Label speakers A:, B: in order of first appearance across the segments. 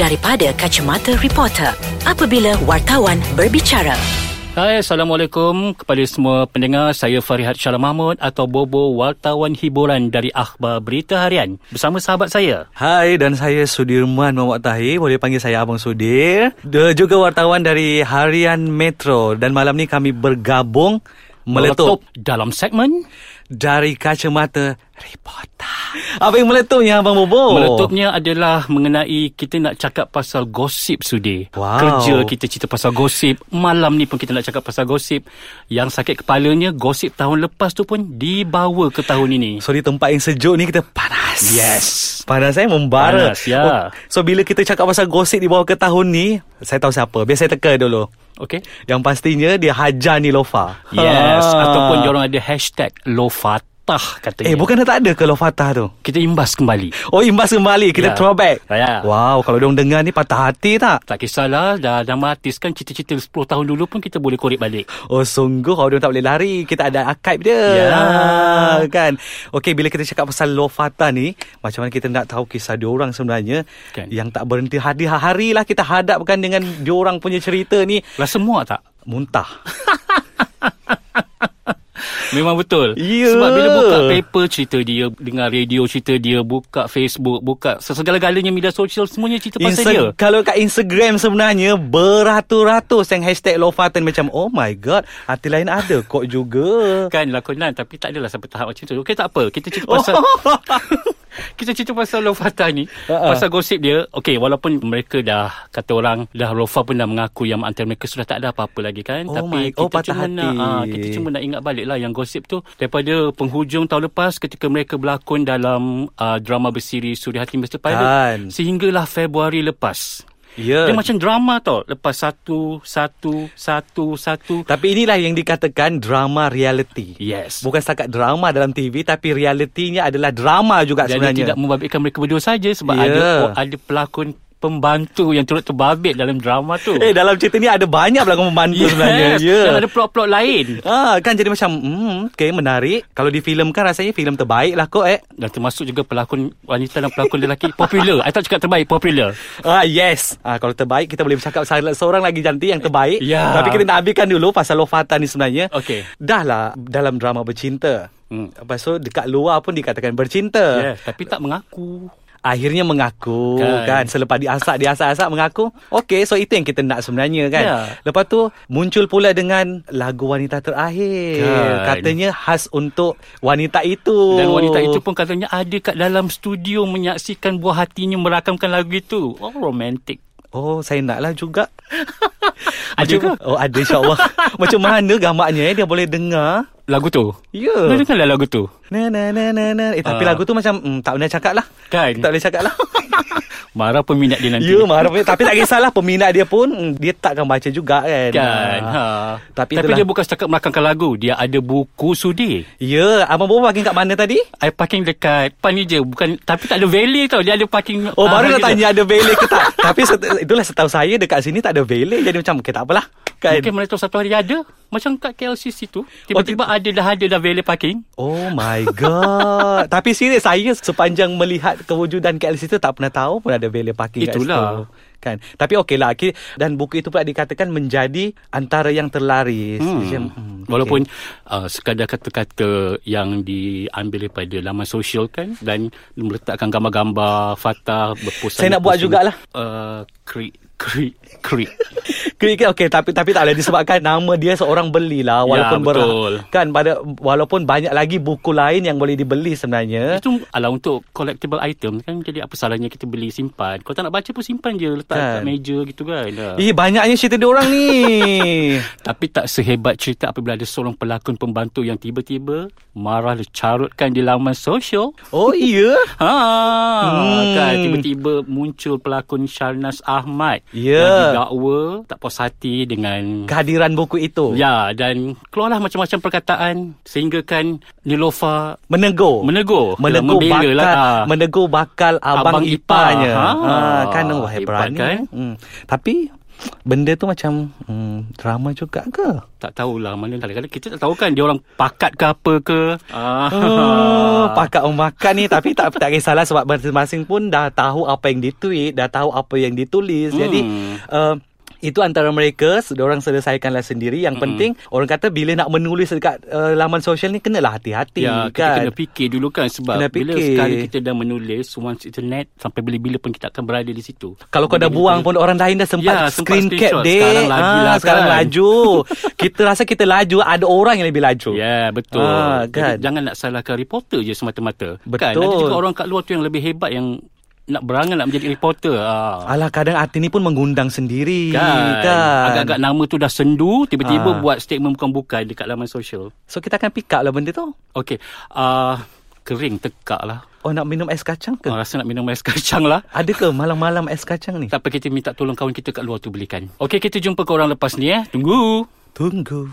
A: daripada kacamata reporter apabila wartawan berbicara.
B: Hai, Assalamualaikum kepada semua pendengar. Saya Farihat Syara Mahmud atau Bobo Wartawan Hiburan dari Akhbar Berita Harian. Bersama sahabat saya.
C: Hai dan saya Sudirman Muhammad Tahir Boleh panggil saya Abang Sudir De, Juga wartawan dari Harian Metro Dan malam ni kami bergabung Meletup,
B: dalam segmen
C: Dari kacamata reporter Apa yang meletupnya Abang Bobo?
B: Meletupnya adalah mengenai kita nak cakap pasal gosip Sudi.
C: Wow.
B: Kerja kita cerita pasal gosip. Malam ni pun kita nak cakap pasal gosip. Yang sakit kepalanya gosip tahun lepas tu pun dibawa ke tahun ini.
C: So di tempat yang sejuk ni kita panas
B: Yes.
C: Panas saya membara Oh,
B: Panas, ya.
C: So bila kita cakap pasal gosip di bawah ke tahun ni Saya tahu siapa Biar saya teka dulu
B: Okey.
C: Yang pastinya dia hajar Nilofa
B: Yes, ataupun diorang ada hashtag Lofatah katanya.
C: Ah. Eh bukan dah tak ada ke Lofatah tu?
B: kita imbas kembali.
C: Oh imbas kembali
B: Ya.
C: Kita throwback
B: Ya.
C: Wow Kalau diorang dengar ni patah hati tak?
B: Tak kisahlah, dah nama artis kan cita-cita 10 tahun dulu pun kita boleh korek balik.
C: Oh sungguh Kalau diorang tak boleh lari Kita ada archive dia
B: Ya.
C: Ah, Kan Okey bila kita cakap pasal Lofata ni Macam mana kita nak tahu Kisah diorang sebenarnya
B: Kan.
C: Yang tak berhenti hari-hari lah Kita hadapkan dengan Diorang punya cerita ni
B: Rasa muak Lah, tak?
C: Muntah
B: Memang betul.
C: Ya.
B: Sebab bila buka paper cerita dia, dengar radio cerita dia, buka Facebook, buka segala-galanya media sosial semuanya cerita pasal dia.
C: Insta- Kalau kat Instagram sebenarnya Beratus-ratus Yang hashtag Lofata ni Macam oh my god Hati lain ada Kok juga
B: Kan lakonan tapi tak adalah sampai tahap macam tu. Okey tak apa. Kita
C: Oh.
B: cerita pasal kita cerita pasal Lofata ni.
C: Ha-ha.
B: Pasal gosip dia. Okey walaupun mereka dah kata orang dah Lofa pun dah mengaku yang antara mereka sudah tak ada apa-apa lagi kan.
C: Oh
B: tapi
C: my- oh,
B: kita
C: patah
B: cuma nak
C: hati.
B: ah, kita cuma nak ingat balik lah yang gosip tu daripada penghujung tahun lepas ketika mereka berlakon dalam uh, drama bersiri Suri Hati Mr. Pilot
C: Kan.
B: sehinggalah Februari lepas.
C: Ya.
B: Dia macam drama tau. Lepas satu, satu, satu, satu.
C: Tapi inilah yang dikatakan drama reality.
B: Yes.
C: Bukan setakat drama dalam TV tapi realitinya adalah drama juga
B: Jadi
C: sebenarnya.
B: tidak membabitkan mereka berdua saja sebab
C: Ya.
B: yeah. ada ada pelakon pembantu yang turut terbabit dalam drama tu.
C: Eh dalam cerita ni ada banyak pelakon pembantu sebenarnya.
B: yes.
C: Ya.
B: Dan ada plot-plot lain.
C: Ah kan jadi macam hmm okay, menarik. Kalau difilmkan rasanya filem terbaik lah kok eh.
B: Dan termasuk juga pelakon wanita dan pelakon lelaki popular. I tak cakap terbaik, popular.
C: Ah yes. Ah kalau terbaik kita boleh bercakap salah seorang lagi nanti yang terbaik.
B: Ya.
C: Tapi kita nak habiskan dulu pasal Lofata ni sebenarnya.
B: Okey.
C: Dah lah dalam drama bercinta.
B: Hmm.
C: Lepas tu dekat luar pun dikatakan bercinta.
B: Yes. Tapi tak mengaku.
C: Akhirnya mengaku
B: Kan.
C: kan, kan. Selepas diasap Diasap-asap mengaku Okay so itu yang kita nak sebenarnya kan
B: Ya.
C: Lepas tu Muncul pula dengan Lagu wanita terakhir
B: Kan.
C: Katanya khas untuk Wanita itu
B: Dan wanita itu pun katanya ada kat dalam studio menyaksikan buah hatinya merakamkan lagu itu. Oh, romantik.
C: Oh saya naklah juga
B: Ada
C: Macam- Oh ada insyaAllah Macam mana gambarnya eh, Dia boleh dengar
B: Lagu tu?
C: Ya
B: Kau
C: yeah.
B: dengarlah lagu tu.
C: Na na na na na eh, Tapi
B: Ah.
C: lagu tu macam mm, Tak boleh cakap lah
B: Kan?
C: Tak boleh cakap lah
B: Marah peminat dia nanti.
C: Ya marah peminat. Tapi tak kisahlah Peminat dia pun mm, Dia takkan baca juga kan
B: Kan.
C: Ah.
B: Ha. Tapi,
C: Tapi
B: Tapi
C: itulah.
B: dia bukan setakat melakangkan lagu. Dia ada buku sudi.
C: Ya, Abang Bobo parking kat mana tadi?
B: I parking dekat Pan ni je. Bukan, tapi tak ada valet tau. Dia ada parking.
C: Oh,
B: ah,
C: baru nak
B: gitu.
C: tanya ada valet ke tak. Tapi set, itulah setahu saya dekat sini tak ada valet. Jadi macam, okay, tak apalah. Kan?
B: Mungkin mana tahu satu hari ada. Macam kat KLCC tu. Tiba-tiba ada dah ada dah valet parking.
C: Oh my god. Tapi serius saya sepanjang melihat kewujudan KLC itu tak pernah tahu pun ada valet parking
B: Itulah.
C: kat situ. Kan. Tapi okeylah okay. dan buku itu pula dikatakan menjadi antara yang terlaris.
B: Hmm.
C: Macam, hmm, okey.
B: Walaupun uh, sekadar kata-kata yang diambil daripada laman sosial kan dan meletakkan gambar-gambar fakta berpusan.
C: Saya nak buat jugalah.
B: Uh, krik, krik, krik.
C: Kira-kira okey tapi tapi tak boleh disebabkan nama dia seorang belilah walaupun
B: Ya,
C: berha-
B: betul.
C: kan pada walaupun banyak lagi buku lain yang boleh dibeli sebenarnya.
B: Itu ala untuk collectible item kan jadi apa salahnya kita beli simpan. Kalau tak nak baca pun simpan je letak kan. kat
C: Kan.
B: meja gitu kan. Dah.
C: Eh banyaknya cerita dia orang ni.
B: Tapi tak sehebat cerita apabila ada seorang pelakon pembantu yang tiba-tiba marah carutkan di laman sosial.
C: oh iya.
B: Ha,
C: Hmm.
B: hmm. kan tiba-tiba muncul pelakon Sharnas Ahmad
C: Ya.
B: yang didakwa tak puas hati dengan
C: Kehadiran buku itu.
B: Ya dan keluarlah macam-macam perkataan sehingga kan Nilofa
C: Menegur.
B: menegur
C: Oh. menegur
B: membela
C: bakal
B: lah. Ah.
C: menegur bakal abang,
B: Abang
C: ipanya.
B: ipar.
C: Ha.
B: Ha.
C: kan wah
B: Hebat,
C: berani.
B: kan?
C: Hmm. Tapi benda tu macam hmm, drama juga ke?
B: Tak tahulah mana kadang-kadang kita tak tahu kan dia orang pakat ke apa ke. Ah.
C: Oh, pakat memakan ni tapi tak tak kisahlah sebab masing-masing pun dah tahu apa yang ditweet, dah tahu apa yang ditulis. Hmm. Jadi uh, itu antara mereka orang selesaikanlah sendiri
B: Hmm.
C: yang penting orang kata bila nak menulis dekat uh, laman sosial ni kenalah hati-hati
B: Ya, kita
C: kan
B: kena fikir dulu kan sebab
C: Kena
B: bila
C: fikir.
B: sekali kita dah menulis once internet sampai bila-bila pun kita akan berada di situ.
C: kalau kau dah buang pun orang lain dah
B: Ya,
C: sempat
B: sempat
C: screen
B: screenshot.
C: cap dek
B: Sekarang lagi lah
C: sekarang
B: kan.
C: laju kita rasa kita laju ada orang yang lebih laju
B: Ya, yeah, betul.
C: Ah, kan.
B: Jadi, jangan nak salahkan reporter je semata-mata. Kan?
C: Betul.
B: Ada juga orang kat luar tu yang lebih hebat yang nak berangan nak menjadi reporter. Ah.
C: Alah kadang arti ni pun mengundang sendiri
B: Kan. Agak-agak nama tu dah sendu, tiba-tiba
C: Ah.
B: buat statement bukan-bukan dekat laman sosial.
C: So kita akan pick up lah benda tu
B: Okey. Ah, kering tekak lah.
C: Oh nak minum es kacang ke?
B: Ah, rasa nak minum ais kacang lah.
C: Ada ke malam-malam es kacang ni?
B: Tak apa kita minta tolong kawan kita kat luar tu belikan. Okey, kita jumpa korang lepas ni eh. Tunggu.
C: Tunggu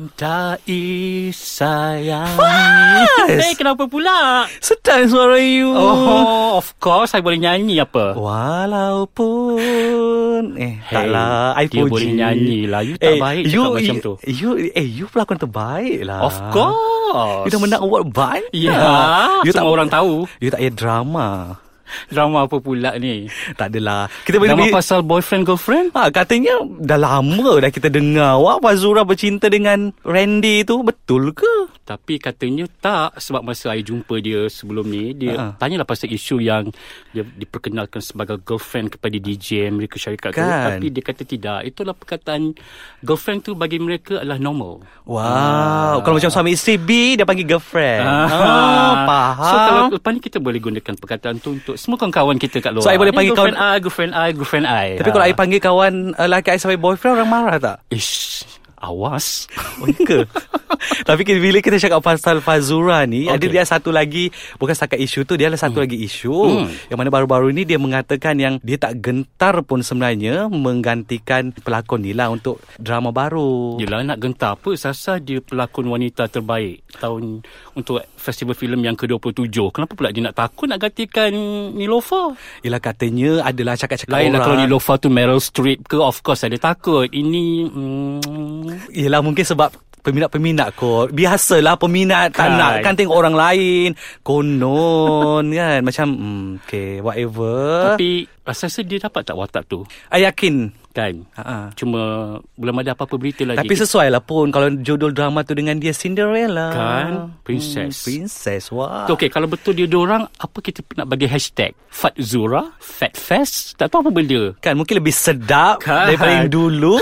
B: Cintai sayang. Eh, kenapa pula?
C: Sedang suara you
B: Oh, of course. Saya boleh nyanyi
C: Oh,
B: apa?
C: Walaupun Eh hey, taklah I
B: dia
C: puji Eh,
B: boleh nyanyi lah. You tak baik
C: you,
B: cakap macam tu.
C: you, Eh you pelakon terbaik lah
B: Of course.
C: You dah menang award banyak
B: Ya,
C: Ah. You tak
B: semua orang tahu.
C: You tak payah drama
B: Drama apa pula ni?
C: Tak adalah Kita boleh
B: Drama pasal boyfriend girlfriend?
C: Ha, katanya dah lama dah kita dengar awak Fazura bercinta dengan Randy tu betul ke?
B: Tapi katanya tak sebab masa saya jumpa dia sebelum ni dia
C: Ha.
B: uh-huh. tanyalah pasal isu yang dia diperkenalkan sebagai girlfriend kepada DJ Amerika Syarikat tu
C: Kan.
B: tapi dia kata tidak. Itulah perkataan girlfriend tu bagi mereka adalah normal.
C: Wow, kalau macam suami isteri B dia panggil girlfriend.
B: Ah.
C: Ah, faham.
B: So kalau lepas ni kita boleh gunakan perkataan tu untuk semua kawan-kawan kita kat luar.
C: So, I boleh
B: Ni
C: panggil
B: girlfriend I, girlfriend I, girlfriend I. Ah.
C: Tapi kalau I panggil kawan uh, lelaki I sebagai boyfriend orang marah tak?
B: Ish, awas.
C: Oh ya ke? Tapi kita- bila kita cakap pasal Fazura ni okay. Ada
B: Okey. Hmm.
C: dia satu lagi Bukan setakat isu tu Dia ada satu lagi isu Yang mana baru-baru ni Dia mengatakan yang Dia tak gentar pun sebenarnya Menggantikan pelakon ni lah Untuk drama baru
B: Yelah nak gentar apa Sasa dia pelakon wanita terbaik tahun untuk festival filem yang ke-27. Kenapa pula dia nak takut nak gantikan Nilofa?
C: Yelah katanya adalah cakap-cakap
B: Lain lah
C: orang
B: kalau Nilofa tu Meryl Streep ke of course ada takut. Ini mm,
C: Yelah mungkin sebab Peminat-peminat kot Biasalah peminat Tak
B: Kan.
C: nak Kan tengok orang lain Konon kan Macam hmm, Okay whatever Tapi,
B: tapi rasa-rasa dia dapat tak watak tu?
C: I yakin
B: Kan?
C: Ha-ha.
B: Cuma belum ada apa-apa berita lagi.
C: Tapi sesuai lah pun Kalau judul drama tu dengan dia Cinderella
B: Kan? Princess.
C: hmm, Princess Wah
B: Okey, kalau betul dia orang apa kita nak bagi hashtag? Fatzura, Fatfest, tak tahu apa benda.
C: Kan mungkin lebih sedap
B: Kan.
C: Daripada yang dulu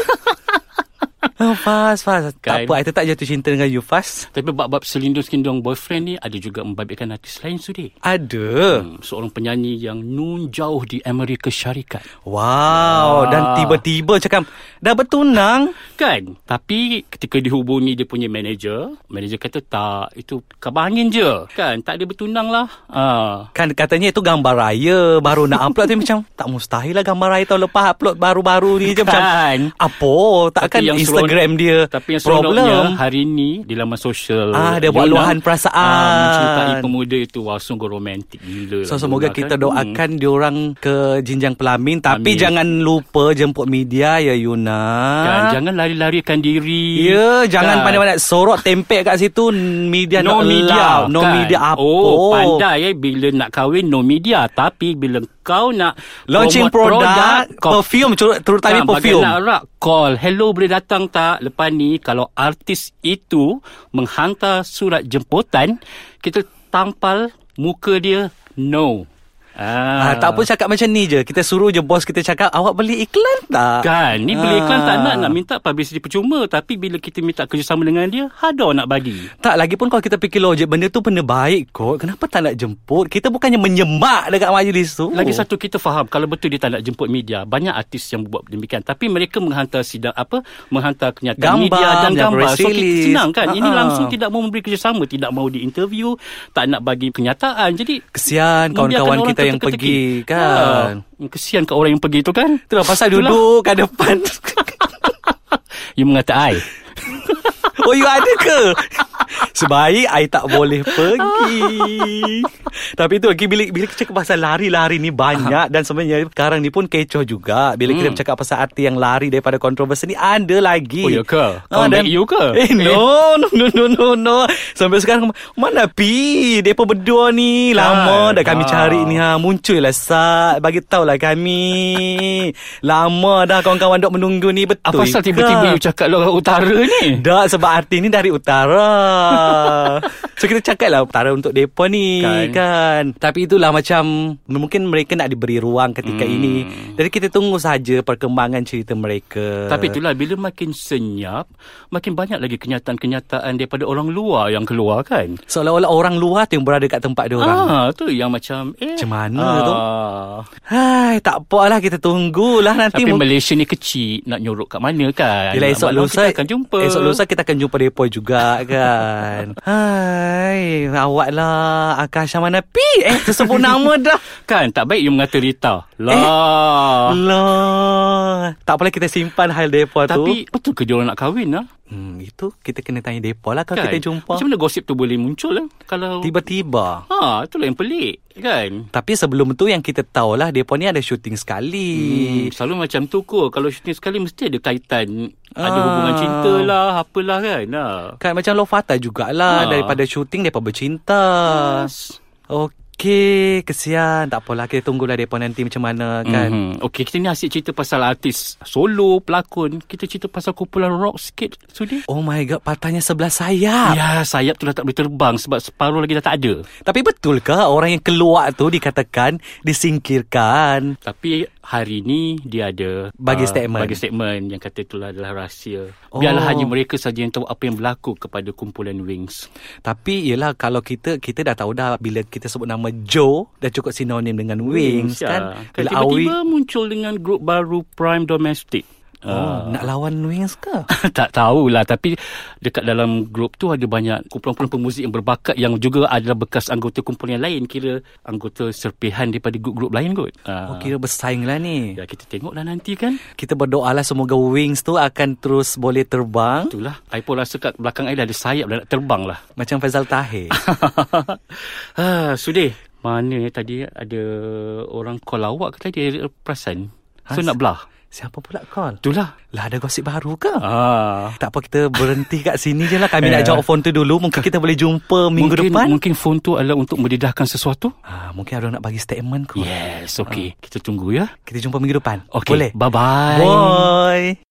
C: oh, Fas Fas
B: Kan.
C: Tak apa I tetap jatuh cinta dengan you Fas
B: Tapi bab-bab selindung-selindung boyfriend ni ada juga membabitkan artis lain sudi.
C: Ada
B: Hmm, seorang penyanyi yang nun jauh di Amerika Syarikat.
C: Wow Dan
B: Ah.
C: tiba-tiba cakap Dah bertunang
B: Kan? Tapi ketika dihubungi dia punya manager, manager kata tak, itu kabar angin je. Kan? Tak ada bertunang lah. Ha.
C: Kan katanya itu gambar raya Baru nak upload tu macam Tak mustahil lah gambar raya tahun lepas Upload baru-baru ni je macam
B: Kan.
C: Apa Takkan
B: Tapi yang
C: Instagram
B: seron-
C: dia
B: Tapi yang seronoknya
C: Problem
B: hari ni di laman sosial
C: Ah, dia buat
B: Yona,
C: luahan perasaan.
B: ah, mencintai pemuda itu wah sungguh romantik gila.
C: So semoga
B: Yona,
C: kita
B: kan?
C: doakan diorang ke jenjang pelamin Tapi
B: Amin.
C: jangan lupa jemput media ya Yuna
B: Kan, jangan lari-larikan diri. Kan?
C: ah. Ya, jangan pandai-pandai sorot tempek kat situ media
B: No
C: not
B: media,
C: allowed. no
B: kan?
C: media apa.
B: Oh, pandai eh bila nak kahwin no media, tapi bila kau nak
C: Launching
B: promote
C: produk,
B: kau
C: perfume cur-
B: Kan,
C: terutama perfume.
B: Bagai larak call. Hello boleh datang tak? Lepas ni kalau artis itu menghantar surat jemputan, kita tampal muka dia no. Ah,
C: Ah, tak apa cakap macam ni je. Kita suruh je bos kita cakap, awak beli iklan tak?
B: Kan, ni beli iklan tak
C: Ah.
B: nak nak minta publicity percuma tapi bila kita minta kerjasama dengan dia, hada nak bagi.
C: Tak, lagi pun kalau kita fikir logik, benda tu benda baik kot. Kenapa tak nak jemput? Kita bukannya menyemak dekat majlis tu.
B: Lagi satu kita faham kalau betul dia tak nak jemput media, banyak artis yang buat demikian tapi mereka menghantar sidang apa menghantar kenyataan
C: Gambar,
B: media dan gambar.
C: dan press
B: So kita
C: release.
B: senang kan. Ini
C: Ha-ha.
B: langsung tidak mau memberi kerjasama, tidak mau diinterview, tak nak bagi kenyataan. Jadi membiarkan
C: Kesian kawan-kawan
B: orang
C: kita yang pergi
B: terteka-teki.
C: kan.
B: Ha, kesian kat orang yang pergi tu kan.
C: Itulah pasal duduk kat depan.
B: You mengata I.
C: Oh you ada ke? Sebaik I tak boleh pergi Tapi tu okay, bila, bila kita cakap pasal lari-lari ni banyak Dan sebenarnya sekarang ni pun kecoh juga Bila kita bercakap pasal arti yang lari daripada kontroversi ni Ada lagi
B: Hmm. Oh, ya ke? Come back you ke?
C: Eh no, no, no, no, no, no. Sampai sekarang mana pi? Depa berdua ni
B: Kan,
C: lama dah kami
B: ha.
C: cari ni ha. Muncullah Sat, bagi tahulah kami. lama dah kawan-kawan dok menunggu ni betul.
B: Apa pasal
C: ke?
B: tiba-tiba you cakap luar utara ni?
C: Tak sebab arti ni dari utara So kita cakap lah Utara untuk depa ni
B: Kan.
C: kan. kan Tapi itulah macam Mungkin mereka nak diberi ruang ketika
B: Hmm.
C: ini Jadi kita tunggu saja Perkembangan cerita mereka
B: Tapi itulah bila makin senyap, makin banyak lagi kenyataan-kenyataan daripada orang luar yang keluar kan.
C: Seolah-olah orang luar tu yang berada kat tempat dia orang
B: Ah, tu yang macam eh
C: Macam mana
B: ah.
C: tu? Hai, tak apalah kita tunggulah nanti.
B: Tapi
C: mung-
B: Malaysia ni kecil Nak nyorok kat mana kan
C: Yelah esok
B: Malam
C: lusa
B: Kita akan jumpa
C: Esok lusa kita akan jumpa depa juga kan. Hai, lah awaklah Akasha mana pi? Eh, tersebut nama dah.
B: Kan tak baik you mengata Rita Lah eh,
C: Lah. Tak boleh kita simpan hal depa tu.
B: Tapi betul ke diorang nak kahwin lah
C: hmm, itu kita kena tanya depa lah kalau
B: kan?
C: kita jumpa.
B: Macam mana gosip tu boleh muncul lah Kalau
C: Tiba-tiba.
B: Ha itulah yang pelik kan
C: Tapi sebelum tu yang kita tahulah depa ni ada syuting sekali.
B: Hmm, selalu macam tu kot Kalau syuting sekali Mesti ada kaitan Ada
C: Ah.
B: hubungan cinta lah Apalah kan ah.
C: Kan macam Lofata jugalah
B: Ha.
C: daripada syuting depa bercinta. Okey, kesian. Tak apalah, kita tunggulah depa nanti macam mana kan. Mm-hmm.
B: Mm-hmm. Okey, kita ni asyik cerita pasal artis solo, pelakon. Kita cerita pasal kumpulan rock sikit, Sudi.
C: Oh my god, patahnya sebelah sayap.
B: Ya,
C: Yeah.
B: sayap tu dah tak boleh terbang sebab separuh lagi dah tak ada.
C: Tapi betul ke orang yang keluar tu dikatakan disingkirkan?
B: Tapi hari ni dia ada
C: Bagi
B: ah,
C: statement.
B: Bagi statement yang kata itulah adalah rahsia.
C: Oh.
B: Biarlah hanya mereka saja yang tahu apa yang berlaku kepada kumpulan Wings.
C: Tapi yelah kalau kita kita dah tahu dah bila kita sebut nama Joe dah cukup sinonim dengan Wings
B: Ya.
C: kan.
B: Kan
C: Bila
B: tiba-tiba muncul dengan grup baru Prime Domestic.
C: oh,
B: Ah.
C: nak lawan Wings ke?
B: tak tahulah tapi dekat dalam grup tu ada banyak kumpulan-kumpulan pemuzik yang berbakat yang juga adalah bekas anggota kumpulan yang lain kira anggota serpihan daripada grup-grup lain kot. Ah,
C: Oh, kira bersaing lah ni.
B: Ya kita tengoklah nanti kan.
C: Kita berdoalah semoga Wings tu akan terus boleh terbang.
B: Itulah. I pun rasa kat belakang I dah ada sayap dah nak terbang lah.
C: Macam Faizal Tahir.
B: Ah. ha, Sudih. Mana eh tadi ada orang call awak ke tadi I perasan. So
C: Ha,
B: nak belah.
C: Siapa pula call?
B: Itulah.
C: Lah ada gosip baru ke?
B: Ah.
C: Tak apa kita berhenti kat sini je lah Kami nak
B: Ya.
C: jawab phone tu dulu Mungkin kita boleh jumpa minggu
B: mungkin,
C: depan
B: Mungkin phone tu adalah untuk mendedahkan sesuatu.
C: ha, Mungkin ada orang nak bagi statement kot
B: Yes, okay. Kita tunggu ya.
C: Kita jumpa minggu depan
B: Okay,
C: Boleh?
B: bye-bye.
C: Bye